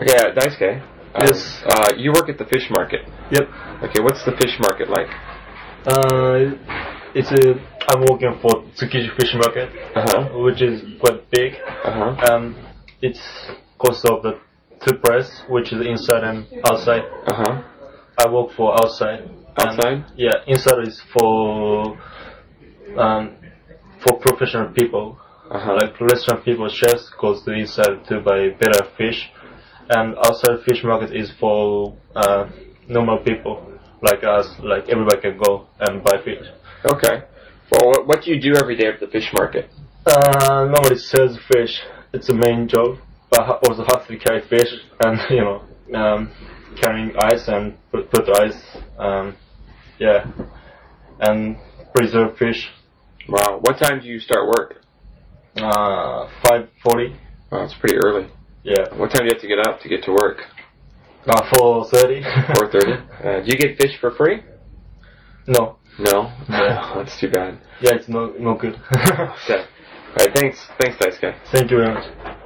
Yeah, nice guy. Um, Yes. Uh, you work at the fish market. Yep. Okay, what's the fish market like? Uh, it's a. I'm working for Tsukiji Fish Market, Uh-huh. which is quite big. Uh huh. Um, it's cost of the two price, which is inside and outside. Uh huh. I work for outside. and- Outside? yeah, inside is for um, for professional people Uh huh. like restaurant people, chefs goes to inside to buy better fish, and outside fish market is for uh, normal people like us. Like everybody can go and buy fish. Okay. Well, what, what do you do every day at the fish market? Uh, normally sells fish. It's the main job, but ha- also have to carry fish and you know um, carrying ice and put, put ice. Um, yeah, and preserve fish. Wow. What time do you start work? Uh, five forty. Wow, it's pretty early. Yeah, What time do you have to get up to get to work? uh, four thirty. Four thirty. Uh, do you get fish for free? No. No. No. That's too bad. Yeah, it's no no good. Yeah. All right. Thanks. Thanks, nice guy. Thank you very much.